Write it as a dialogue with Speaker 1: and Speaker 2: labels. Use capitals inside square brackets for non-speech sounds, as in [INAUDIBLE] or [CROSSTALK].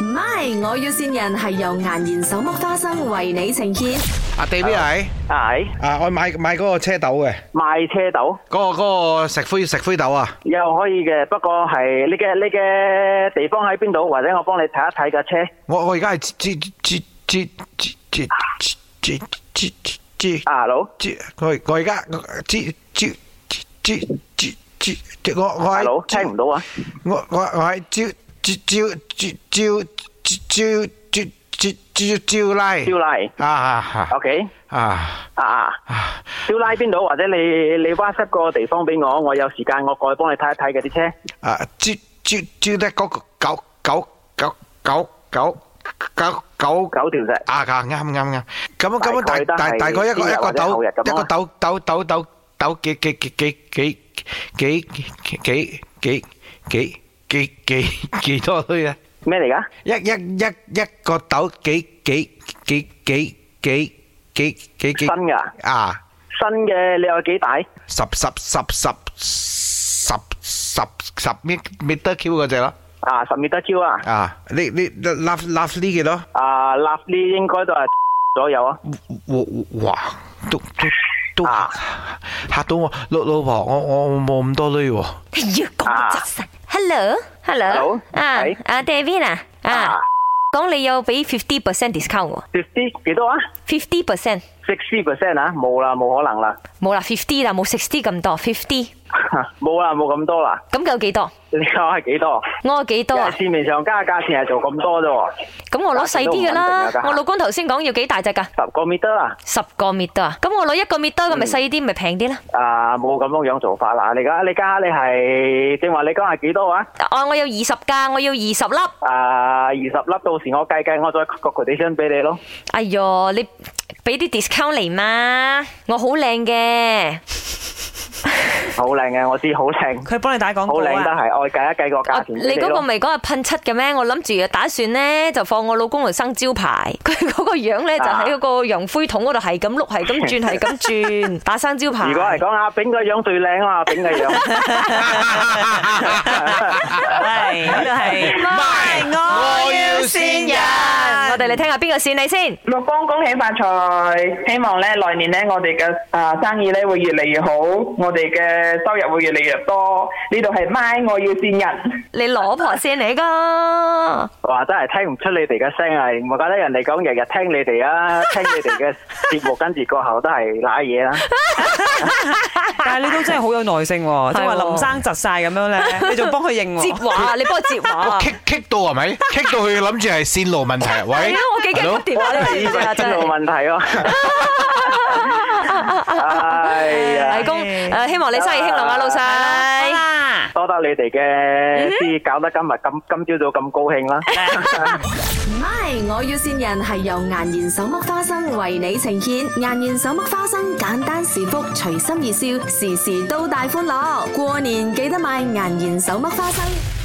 Speaker 1: MY，我要線人係由顏然手剝花生為你呈現。
Speaker 2: 阿地邊位？
Speaker 3: 係
Speaker 2: 啊，我買買嗰個車豆嘅，
Speaker 3: 賣車豆
Speaker 2: 嗰、個嗰、個石灰石灰豆啊，
Speaker 3: 又可以嘅，不過係你嘅你嘅地方喺邊度，或者我幫你睇一睇架車。
Speaker 2: 我我而家係接接接接接接接接接接
Speaker 3: 啊，佬，
Speaker 2: 接，我我而家接接接接接接，我我
Speaker 3: 阿
Speaker 2: 喺
Speaker 3: 佬，聽唔到啊！
Speaker 2: 我我我喺招招招招招招招招招拉
Speaker 3: 招拉
Speaker 2: À, 啊
Speaker 3: ，OK，
Speaker 2: 啊
Speaker 3: 啊啊，
Speaker 2: 啊！
Speaker 3: 招拉邊度，或者你你 WhatsApp 個地方俾我，我有時間我過去幫你睇一睇嗰啲車。
Speaker 2: 啊！招招招得嗰個九九九九九九九
Speaker 3: 九條石，
Speaker 2: 啊！啱啱啱咁咁
Speaker 3: 大概
Speaker 2: 大大
Speaker 3: 都係
Speaker 2: 大概一個
Speaker 3: 聽日
Speaker 2: 一個
Speaker 3: 或者
Speaker 2: 豆
Speaker 3: 後日咁
Speaker 2: 一
Speaker 3: 咯
Speaker 2: 個豆豆豆豆豆幾幾幾幾幾幾幾幾幾幾幾幾多堆啊？
Speaker 3: 咩嚟㗎？
Speaker 2: 一一一一個豆幾幾幾幾幾幾幾幾
Speaker 3: 新㗎，
Speaker 2: 啊！
Speaker 3: 新嘅你有幾大？
Speaker 2: 十十十十十十十米米得 Q 嗰只咯
Speaker 3: 啊，十米得招啊！
Speaker 2: 啊！你你 love love 呢幾多？
Speaker 3: 啊，立呢應該都係 [LAUGHS] 左右啊。
Speaker 2: 哇哇都都都嚇嚇到我老老婆，我我冇咁多女喎。
Speaker 4: 哎呀，講得真實。Hello，Hello，
Speaker 3: 啊 Hello，
Speaker 4: 啊
Speaker 3: 係
Speaker 4: 啊，David 啊，啊
Speaker 3: 啊，
Speaker 4: 講你有俾 fifty percent discount 喎
Speaker 3: fifty 幾多啊
Speaker 4: ，fifty percent
Speaker 3: ？sixty percent 啊？冇啦，冇可能啦， [LAUGHS]
Speaker 4: 冇啦，fifty 啦，冇 sixty 咁多，fifty，
Speaker 3: 冇啦，冇咁多啦。
Speaker 4: 咁有幾多？
Speaker 3: 你講係幾多？
Speaker 4: 我有幾多啊
Speaker 3: 因為？市面上加嘅價錢係做咁多啫喎，
Speaker 4: 咁我攞細啲噶啦
Speaker 3: 價錢都唔穩定啊家，下
Speaker 4: 我老公頭先講要幾大隻噶，
Speaker 3: 十個 m 得啦。
Speaker 4: 十個 m 啊，咁我攞一個 m 咁
Speaker 3: 嗯
Speaker 4: 咪細啲咪平啲啦。
Speaker 3: 啊，冇咁樣樣做法啦。你而家你家你係正話你講係幾多啊？
Speaker 4: 啊，我有二十架，我要二十粒。
Speaker 3: 啊，二十粒，到時我計計，我再 calculation 俾你咯。
Speaker 4: 哎喲，你俾啲 discount 嚟嘛？我好靚嘅，
Speaker 3: 好靚嘅，我知好靚，
Speaker 5: 佢幫你打廣
Speaker 3: 好
Speaker 5: 告
Speaker 3: 靚得
Speaker 5: 啊！
Speaker 3: 係，我計一計個
Speaker 4: 啊
Speaker 3: 價錢
Speaker 4: 你
Speaker 3: 俾你
Speaker 4: 嗰個
Speaker 3: 咯。
Speaker 4: 咪講係噴漆嘅咩？我諗住打算呢，就放我老公嚟生招牌， [LAUGHS] 佢嗰個樣呢，就
Speaker 3: 啊
Speaker 4: 喺嗰個洋灰桶嗰度係咁碌，係咁轉，係咁轉，打生招牌。
Speaker 3: 如果係講阿炳個樣最靚啦，阿炳個樣
Speaker 5: [LAUGHS] 係呢度係
Speaker 4: My，
Speaker 5: 我要線人
Speaker 4: 我哋嚟聽下邊個線你先。
Speaker 6: 老公恭喜發財，希望咧來年咧我哋嘅啊生意咧會越嚟越好，我哋嘅收入會越嚟越多。呢度係 my 我要線人，
Speaker 4: 你老婆先嚟
Speaker 5: [LAUGHS]
Speaker 4: 噶，
Speaker 3: 哇，真係聽唔出你哋嘅聲啊！我覺得人哋講日日聽你哋啊，聽你哋嘅節目，跟住過後都係賴嘢啦。
Speaker 5: 但係你都真係好有耐性喎，即係話林生窒晒咁樣咧，你仲幫佢認
Speaker 4: 接
Speaker 5: 喎。
Speaker 4: 話，你幫我接話。
Speaker 2: 棘棘到係咪？棘到佢諗住係線路問題，
Speaker 4: 係
Speaker 2: 喂
Speaker 4: 啊，我幾驚
Speaker 2: Hello？
Speaker 4: 個電話你知唔知啊？真
Speaker 3: 真冇
Speaker 4: 係。
Speaker 3: 問題
Speaker 4: [LAUGHS]
Speaker 3: 喎。哎
Speaker 4: 係
Speaker 3: 呀，
Speaker 4: 公誒，希望你生意興隆啊，老
Speaker 5: 好
Speaker 4: 細。
Speaker 5: 啦。
Speaker 3: 多得你哋
Speaker 4: 嗯
Speaker 3: 嘅先搞得今日咁今朝早咁高興啦。
Speaker 1: MY，我要線人係由顏然手剝花生為你呈現。顏然手剝花生，簡單是福，隨心而笑，時時都大歡樂。過年記得買顏然手剝花生。